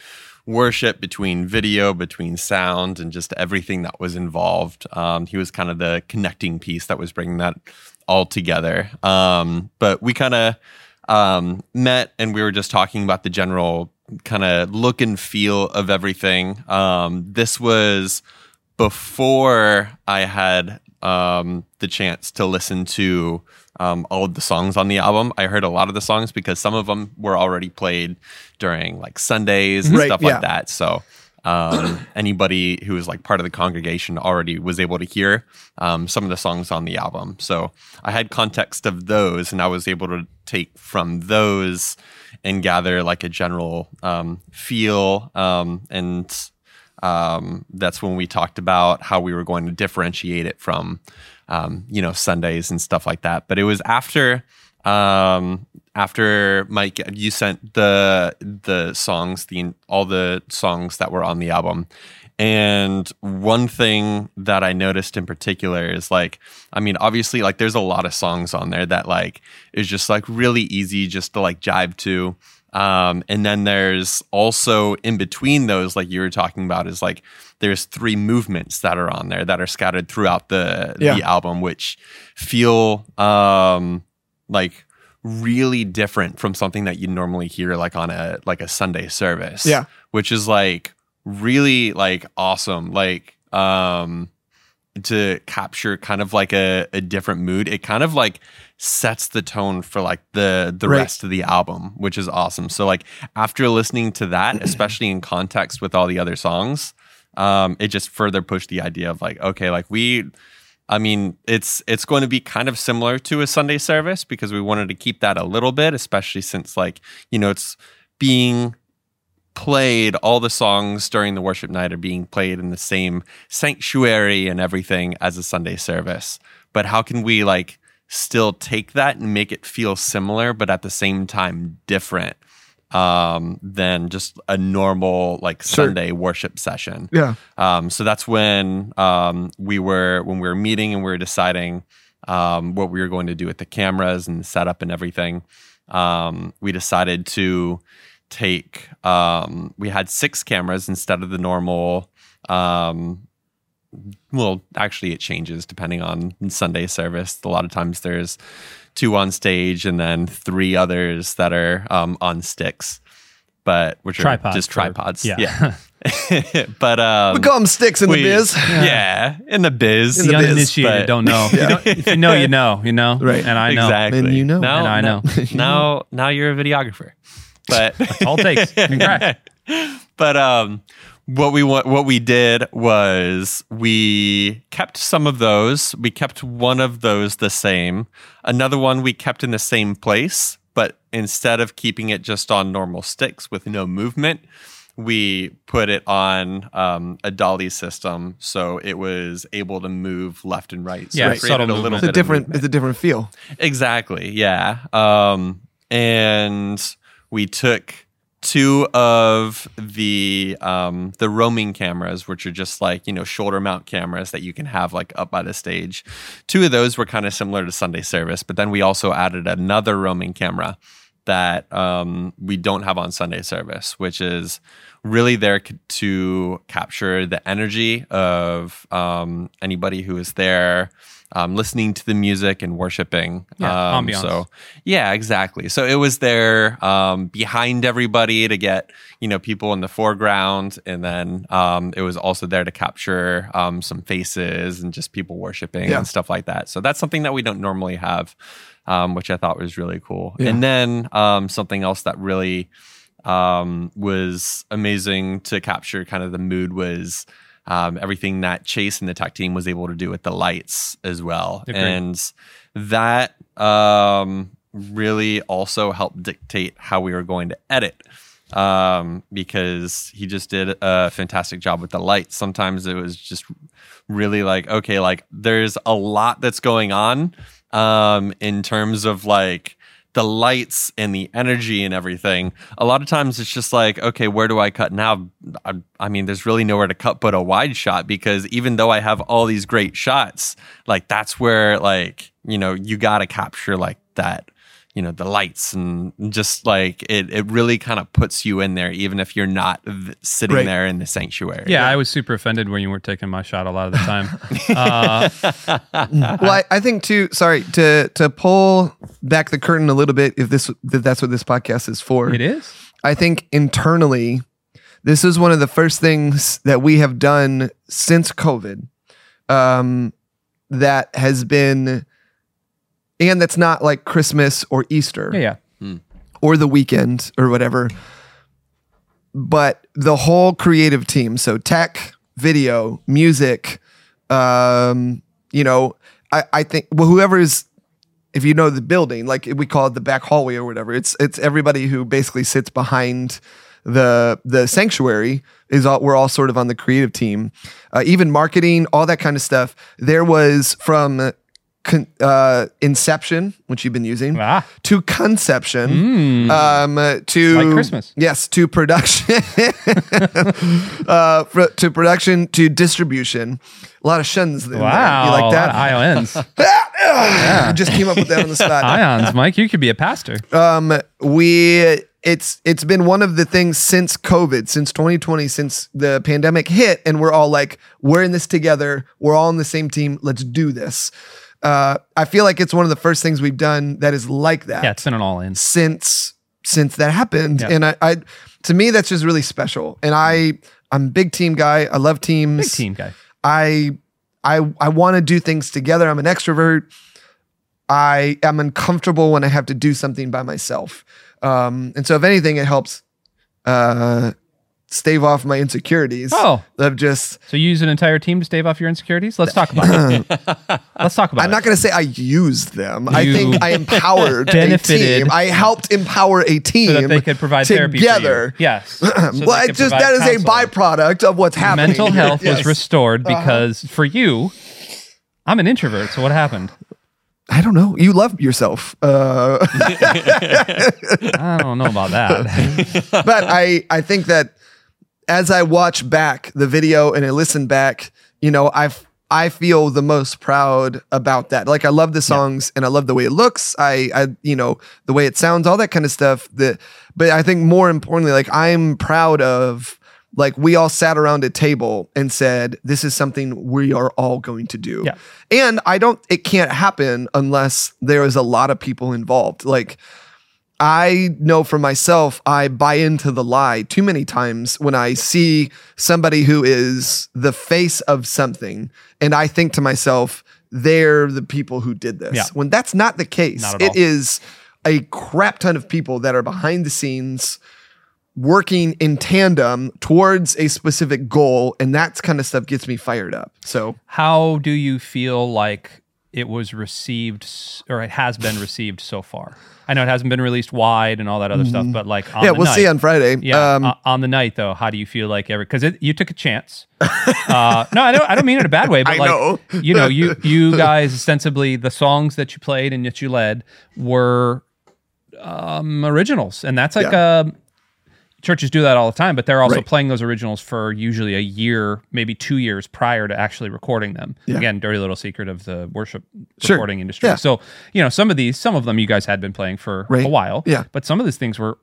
A: worship between video, between sound, and just everything that was involved. Um, he was kind of the connecting piece that was bringing that all together. Um, but we kind of um, met and we were just talking about the general kind of look and feel of everything. Um, this was before I had um, the chance to listen to um, all of the songs on the album, I heard a lot of the songs because some of them were already played during like Sundays and
C: Right,
A: stuff
C: yeah.
A: like that. So um, anybody who was like part of the congregation already was able to hear um, some of the songs on the album. So I had context of those and I was able to take from those and gather like a general um, feel um, and um, that's when we talked about how we were going to differentiate it from um, you know Sundays and stuff like that. But it was after um, after Mike, you sent the the songs, the all the songs that were on the album. And one thing that I noticed in particular is like, I mean, obviously, like there's a lot of songs on there that like is just like really easy just to like jive to. Um, and then there's also in between those, like you were talking about, is like there's three movements that are on there that are scattered throughout the
C: Yeah.
A: the album, which feel um, like really different from something that you normally hear like on a like a Sunday service.
C: Yeah.
A: which is like really like awesome. Like um, to capture kind of like a, a different mood. It kind of like sets the tone for like the the
C: Right.
A: rest of the album, which is awesome. So like after listening to that, especially in context with all the other songs, um, it just further pushed the idea of like, okay, like we I mean, it's it's going to be kind of similar to a Sunday service because we wanted to keep that a little bit, especially since like, you know, it's being played all the songs during the worship night are being played in the same sanctuary and everything as a Sunday service. But how can we like still take that and make it feel similar, but at the same time different um, than just a normal like
C: Sure.
A: Sunday worship session?
C: yeah
A: Um, so that's when um, we were when we were meeting and we were deciding um, what we were going to do with the cameras and the setup and everything. Um, we decided to take um, we had six cameras instead of the normal. Um, well, actually, it changes depending on Sunday service. A lot of times there's two on stage and then three others that are um, on sticks, but which are
B: Tripods
A: just
B: for-
A: tripods.
B: yeah.
A: yeah. [laughs] but um,
C: we call them sticks in
A: we-
C: the biz
A: Yeah, in the biz.
C: In
B: the,
C: the biz,
B: uninitiated
A: but-
B: don't
C: [laughs]
B: know. You don't- if you know, you know. You know,
C: Right.
B: And I know.
A: Exactly.
C: And you know.
A: Now,
B: And I
A: now-
B: know.
A: [laughs] Now, now you're a videographer. [laughs] But
B: All it
C: [laughs]
B: takes. Congrats.
A: [laughs] but um, what we wa- what we did was we kept some of those. We kept one of those the same. Another one we kept in the same place, but instead of keeping it just on normal sticks with no movement, we put it on um, a dolly system, so it was able to move left and right. So
B: Yeah,
A: it created
B: subtle
A: a little bit
B: movement.
C: it's a
A: of
C: different
A: movement.
C: it's a different feel
A: Exactly. Yeah. Um, and we took two of the um, the roaming cameras, which are just like you know shoulder mount cameras that you can have like up by the stage. Two of those were kind of similar to Sunday service, but then we also added another roaming camera that um, we don't have on Sunday service, which is really there c- to capture the energy of um, anybody who is there. Um, listening to the music and worshiping.
B: Yeah,
A: um,
B: ambiance.
A: So, yeah, exactly. So it was there um, behind everybody to get you know people in the foreground, and then um, it was also there to capture um, some faces and just people worshiping
C: Yeah.
A: and stuff like that. So that's something that we don't normally have, um, which I thought was really cool. And then um, something else that really um, was amazing to capture kind of the mood was um, everything that Chase and the tech team was able to do with the lights as well.
B: Agreed.
A: And that um, really also helped dictate how we were going to edit um, because he just did a fantastic job with the lights. Sometimes it was just really like, okay, like there's a lot that's going on um, in terms of like, the lights and the energy and everything. A lot of times it's just like, okay, where do I cut now? I, I mean, there's really nowhere to cut but a wide shot because even though I have all these great shots, like that's where like, you know, you got to capture like that, you know, the lights and just like it it really kind of puts you in there even if you're not th- sitting
C: Right.
A: there in the sanctuary.
B: Yeah, I was super offended when you weren't taking my shot a lot of the time.
C: [laughs]
B: uh,
C: Well, I, I think too. Sorry to to pull back the curtain a little bit. If this that that's what this podcast is for,
B: it is.
C: I think internally, this is one of the first things that we have done since COVID um, that has been, and that's not like Christmas or Easter
B: Yeah, yeah.
C: or the weekend or whatever, but the whole creative team. So tech, video, music, um, you know, I, I think well, whoever is if you know the building, like we call it the back hallway or whatever, it's it's everybody who basically sits behind the the sanctuary is all we're all sort of on the creative team, uh, even marketing, all that kind of stuff. There was from con- uh, inception, which you've been using,
B: Ah.
C: to conception, um, uh, to
B: Like Christmas.
C: yes, to production, [laughs] uh, fr- to production, to distribution. A lot of shuns. in there.
B: Wow.
C: [laughs] you like
B: a lot of
C: that? [laughs]
B: Ions.
C: I just came up with that on
B: [laughs]
C: the spot.
B: Ions, Mike. You could be a pastor.
C: um we it's it's been one of the things since covid since 2020 since the pandemic hit and we're all like we're in this together we're all on the same team let's do this uh i feel like it's one of the first things we've done that is like that
B: yeah, it's been an all in.
C: since since that happened
B: Yeah.
C: and I, I to me that's just really special and i i'm a big team guy i love teams
B: Big team guy.
C: I I I want to do things together. I'm an extrovert. I am uncomfortable when I have to do something by myself. Um, and so if anything, it helps uh, stave off my insecurities
B: Oh.
C: of just
B: So you use an entire team to stave off your insecurities? Let's talk about
C: [laughs]
B: it. Let's talk about
C: I'm
B: it.
C: not going to say I used them. I
B: You [laughs]
C: think I empowered a
B: benefited.
C: team. I helped empower a team
B: so that they could provide therapy for you.
C: together. [clears throat]
B: Yes. So they
C: Well, I
B: could
C: just
B: provide
C: that is a
B: counseling.
C: byproduct of what's happening.
B: mental
C: here.
B: health was
C: Yes. Uh-huh.
B: restored because for you, I'm an introvert. So what happened?
C: I don't know. You love yourself. Uh,
B: I don't know about that. [laughs]
C: [laughs] but I, I think that as I watch back the video and I listen back, you know, I've I feel the most proud about that. Like I love the songs and I love the way it looks. I, I, you know, the way it sounds, all that kind of stuff. That, but I think more importantly, like I'm proud of, like we all sat around a table and said, "This is something we are all going to do."
B: Yeah.
C: And I don't. It can't happen unless there is a lot of people involved. Like I know for myself, I buy into the lie too many times when I see somebody who is the face of something. And I think to myself, they're the people who did this.
B: Yeah.
C: When that's not the case,
B: Not at
C: it
B: all.
C: is a crap ton of people that are behind the scenes working in tandem towards a specific goal. And that kind of stuff gets me fired up. So,
B: How do you feel like it was received s- or it has been received so far? I know it hasn't been released wide and all that other stuff, but like on
C: Mm-hmm. yeah,
B: the
C: we'll
B: night,
C: see on Friday.
B: Yeah,
C: Um,
B: o- on the night though, how do you feel like every? Because you took a chance. uh, no, I don't. I don't mean it in a bad
C: [laughs]
B: way, but
C: I
B: like
C: know.
B: you know, you you guys ostensibly the songs that you played and that you led were um, originals, and that's like a uh, churches do that all the time, but they're also
C: Right.
B: playing those originals for usually a year, maybe two years prior to actually recording them.
C: Yeah.
B: Again, dirty little secret of the worship
C: Sure.
B: recording industry.
C: Yeah.
B: So, you know, some of these, some of them you guys had been playing for
C: Right.
B: a while.
C: Yeah.
B: But some of these things were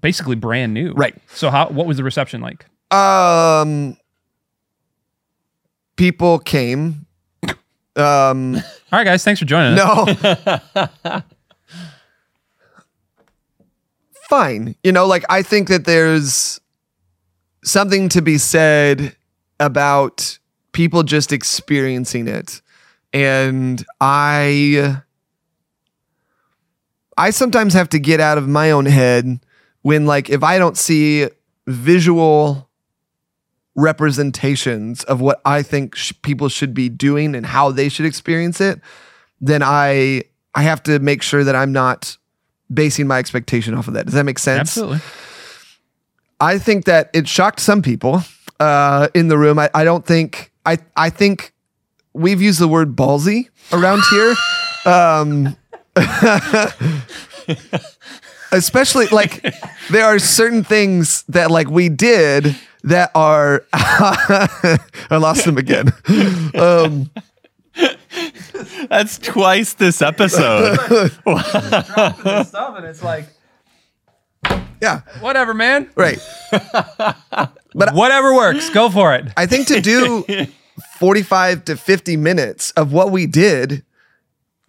B: basically brand new.
C: Right.
B: So how what was the reception like?
C: Um, people came. Um,
B: All right, guys, thanks for joining us.
C: no. Fine. You know, like I think that there's something to be said about people just experiencing it. And I I sometimes have to get out of my own head when like if I don't see visual representations of what I think sh- people should be doing and how they should experience it, then I I have to make sure that I'm not basing my expectation off of that. Does that make sense?
B: Absolutely.
C: I think that it shocked some people uh, in the room. I, I don't think I I think we've used the word ballsy around here. Um, [laughs] especially like there are certain things that like we did that are [laughs] I lost them again. Um,
A: [laughs] That's twice this
C: [laughs]
A: episode.
B: Stuff and it's like
C: yeah,
B: whatever, man.
C: right.
B: Whatever works, go for it.
C: I think to do 45 to 50 minutes of what we did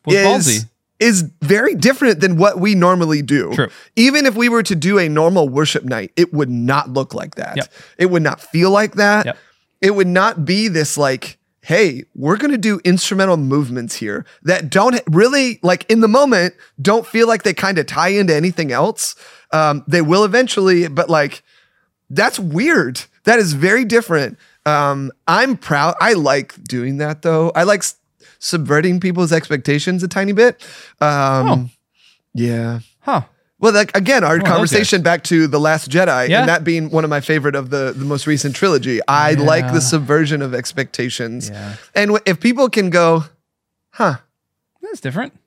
B: Was
C: is,
B: ballsy.
C: is very different than what we normally do.
B: True.
C: Even if we were to do a normal worship night, it would not look like that.
B: Yep.
C: It would not feel like that.
B: Yep.
C: It would not be this like, hey, we're going to do instrumental movements here that don't really, like in the moment, don't feel like they kind of tie into anything else. Um, they will eventually, but like, that's weird. That is very different. Um, I'm proud. I like doing that though. I like s- subverting people's expectations a tiny bit. Um, Yeah.
B: Huh.
C: Well, like again, our
B: those
C: conversation back to the Last Jedi,
B: Oh, Yeah.
C: and that being one of my favorite of the the most recent trilogy. I like the subversion of expectations,
B: Yeah.
C: and w- if people can go, huh,
B: That's different.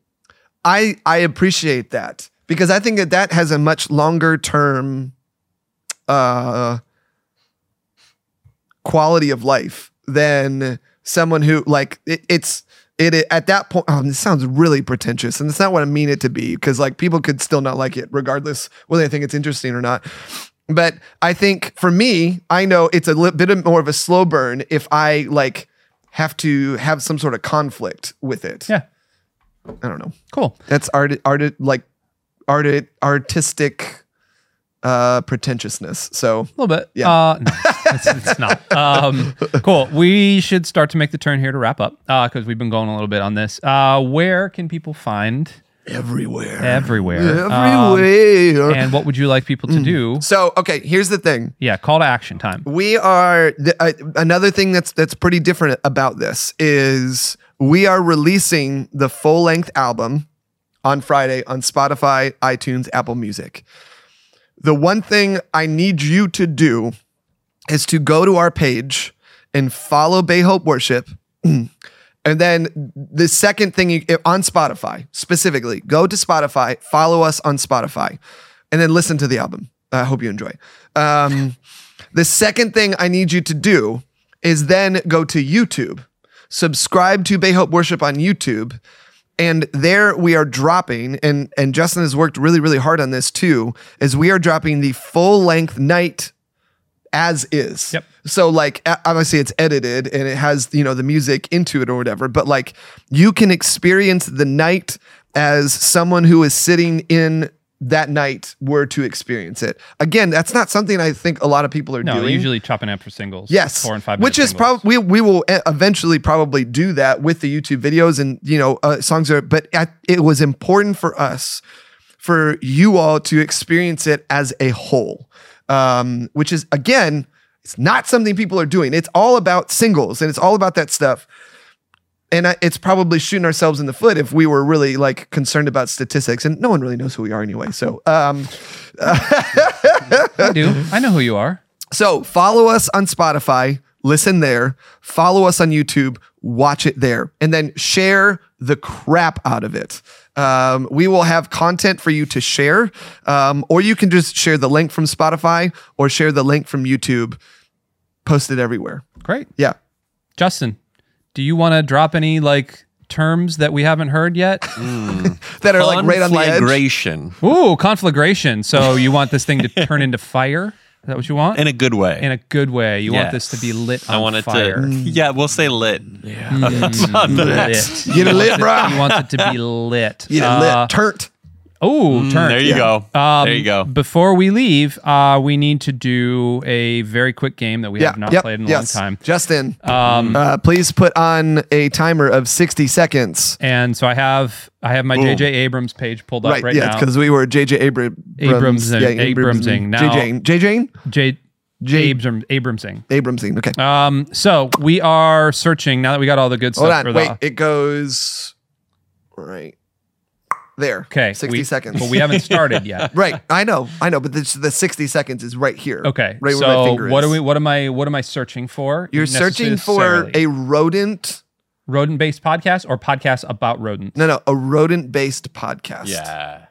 C: I I appreciate that because I think that that has a much longer term uh quality of life than someone who like it, it's it, it- at that point oh, this sounds really pretentious and that's not what I mean it to be because like people could still not like it regardless whether they think it's interesting or not but I think for me I know it's a li- bit of more of a slow burn if I like have to have some sort of conflict with it
B: Yeah.
C: I don't know
B: Cool.
C: that's art, art, like art, artistic uh, pretentiousness. So
B: A little bit.
C: Yeah.
B: Uh, no, it's, it's not. Um, cool. We should start to make the turn here to wrap up because we've been going a little bit on this. Uh, where can people find
C: everywhere,
B: everywhere? Um,
C: everywhere. Mm.
B: and what would you like people to do?
C: so okay, here's the thing.
B: Yeah, call to action time.
C: We are th- uh, another thing that's that's pretty different about this is we are releasing the full length album on Friday on Spotify, iTunes, Apple Music. The one thing I need you to do is to go to our page and follow Bay Hope Worship. [clears throat] And then the second thing you, eh, on Spotify specifically, go to Spotify, follow us on Spotify, and then listen to the album. I hope you enjoy. Um, the second thing I need you to do is then go to YouTube, subscribe to Bay Hope Worship on YouTube, and there we are dropping, and and Justin has worked really really hard on this too. Is we are dropping the full length night as is.
B: Yep.
C: So like a- obviously it's edited and it has you know the music into it or whatever, but like you can experience the night as someone who is sitting in that night were to experience it. Again, that's not something I think a lot of people are
B: No,
C: doing.
B: usually chopping up for singles.
C: Yes,
B: four and five.
C: which is
B: probably
C: probably we, we will e- eventually probably do that with the YouTube videos and you know uh, songs are. But at, it was important for us, for you all to experience it as a whole, um, which is again, it's not something people are doing. It's all about singles and it's all about that stuff. And I, it's probably shooting ourselves in the foot if we were really like concerned about statistics. And no one really knows who we are anyway. So. Um,
B: I do. I know who you are.
C: So follow us on Spotify, listen there, follow us on YouTube, watch it there, and then share the crap out of it. Um, we will have content for you to share, um, or you can just share the link from Spotify or share the link from YouTube. Post it everywhere.
B: Great.
C: Yeah.
B: Justin, do you want to drop any like terms that we haven't heard yet?
C: [laughs] That are like right on the edge.
A: Conflagration
B: Ooh, conflagration. So you want this thing
C: [laughs]
B: to turn into fire? Is that what you want?
A: in a good way.
B: in a good way. You
A: Yeah.
B: want this to be lit on
A: I want it
B: fire.
C: Mm.
B: Mm.
A: to. [laughs] Yeah, we'll say lit. [laughs] Yeah.
B: Lit.
C: [laughs] Get it lit, bro.
B: You want it to be lit.
C: [laughs] Get it
B: Uh,
C: lit. Mm, Turnt.
B: Oh, turn.
A: There you go.
B: Um,
A: there you go.
B: Before we leave, uh, we need to do a very quick game that we
C: Yeah.
B: have not
C: yep.
B: played in a
C: yes.
B: long time. Um,
C: Justin, uh, please put on a timer of 60 seconds.
B: And so I have I have my JJ Abrams page pulled up right,
C: Right, yeah,
B: now.
C: because we were JJ Abra- Abrams.
B: Abramsing-
C: yeah, Abrams-
B: Abramsing. Now-
C: JJ. JJ?
B: J-
C: J-
B: Abram, Abramsing.
C: Abramsing. Okay.
B: Um, so we are searching now that we got all the good
C: Hold
B: stuff. for
C: on. Wait,
B: the,
C: it goes right there.
B: okay,
C: 60
B: we-
C: seconds.
B: Well, we haven't
C: [laughs]
B: started yet.
C: right. I know. I know. But this, the 60 seconds is right here.
B: Okay.
C: Right where my
B: so
C: finger
B: what
C: is.
B: are we? What am I? What am I searching for?
C: You're searching for
B: Necessarily.
C: a rodent.
B: rodent-based podcast or podcast about rodents.
C: No, no, a rodent based podcast.
A: yeah.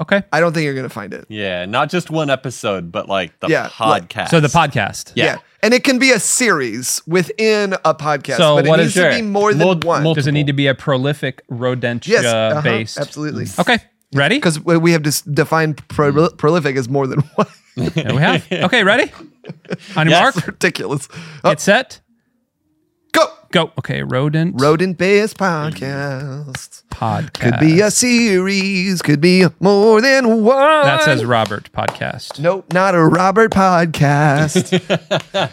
B: Okay.
C: I don't think you're going to find it.
A: Yeah. Not just one episode, but like the
C: Yeah, like-
A: podcast.
B: So the podcast.
A: Yeah.
C: And it can be a series within a podcast.
B: So
C: but
B: what
C: it
B: is
C: needs
B: your-
C: to be more than
A: mul-
C: one.
A: mul-
B: Does it need to be a prolific rodentia
C: yes. uh-huh,
B: uh, based?
C: Absolutely.
B: Okay. Ready?
C: Because we have just defined
B: Mm.
C: pro- prolific as more than [laughs] one.
B: There we have.
C: [laughs]
B: Okay, ready? On your
A: Yes.
B: mark,
C: Ridiculous. Oh,
B: get set,
C: go.
B: go. Okay, rodent
C: Rodent based podcast.
B: podcast.
C: Could be a series, could be more than one.
B: That says Robert podcast.
C: Nope, not a Robert
B: [laughs]
C: podcast.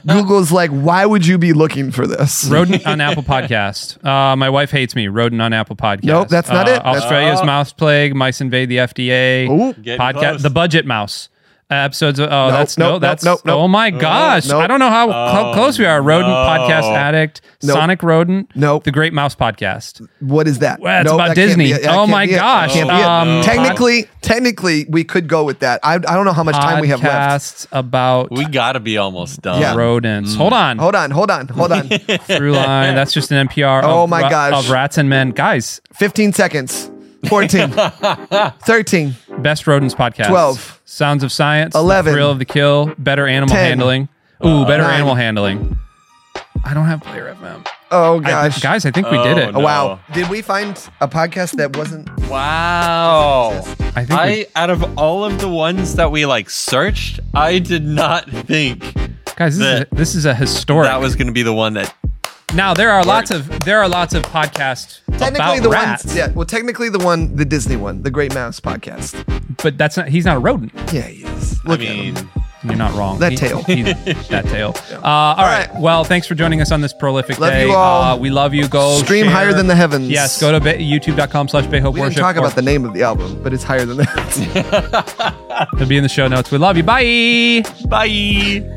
C: Google's like, why would you be looking for this?
B: Rodent on Apple Podcast. Uh, my wife hates me. Rodent on Apple Podcast.
C: Nope, that's not
B: Uh,
C: it. That's-
B: Australia's mouse plague. Mice invade the FDA.
C: Ooh.
A: Getting
B: podcast.
A: close.
B: The budget mouse. Uh, episodes. Of, oh,
C: Nope,
B: that's
C: nope,
B: no.
C: nope,
B: That's
C: nope, nope.
B: oh my gosh.
C: nope.
B: I don't know how cl- close we are. Rodent
A: Uh, Oh, no.
B: podcast addict.
C: Nope.
B: Sonic rodent.
C: Nope.
B: The Great Mouse podcast.
C: What is that?
B: Well, it's about
C: that can't
B: Disney.
C: be it. That
B: Oh
C: can't
B: my
C: be it. That
B: gosh.
C: Can't be it.
B: Um,
C: technically, technically, we could go with that. I, I don't know how much time we have left.
B: Podcasts about
A: we gotta be almost done.
C: Yeah.
B: rodents. Hold on.
C: Hold on, hold on,
B: [laughs]
C: hold on.
B: Through line. That's just an NPR.
C: [laughs] Oh
B: of,
C: my
B: ra-
C: gosh.
B: Of rats and men. Guys,
C: 15 seconds,
B: [laughs]
C: 14, 13,
B: Best Rodents podcast.
C: 12.
B: Sounds of Science. The
C: 11.
B: Thrill of the Kill. Better Animal
C: 10.
B: Handling. Ooh, Better
C: Uh, Nine.
B: Animal Handling. I don't have player FM.
C: oh
B: I,
C: gosh.
B: guys, I think we
A: Oh,
B: did it.
A: no.
C: Wow. Did we find a podcast that wasn't?
A: Wow.
B: I think
A: I,
B: we-
A: out of all of the ones that we like searched, I did not think
B: Guys, this, is,
A: The-
B: this is a historic.
A: that was gonna be the one that
B: now there are lots of there are lots of podcasts
C: Technically,
B: about
C: the
B: rats,
C: one. Yeah. Well, technically, the one, the Disney one, the Great Mouse podcast.
B: but that's not. He's not a rodent.
C: Yeah, he is. Look
A: I
C: at him.
A: mean
B: You're not wrong.
C: That
B: He-
C: tail.
B: he-
C: [laughs]
B: that tail. Uh, all right.
C: right.
B: Well, thanks for joining us on this prolific
C: Love
B: day.
C: you all.
B: Uh, we love you. Go
C: Stream
B: share-
C: higher than the heavens.
B: Yes. Go to ba- youtube.com slash Bay Hope
C: We didn't
B: Worship.
C: talk
B: or-
C: about the name of the album, but it's higher than that.
B: It'll be in the show notes. We love you. Bye.
A: Bye.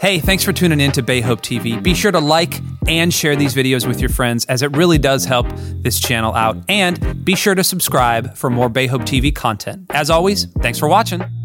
D: Hey, thanks for tuning in to Bay Hope TV. Be sure to like and share these videos with your friends as it really does help this channel out. And be sure to subscribe for more Bay Hope TV content. As always, thanks for watching.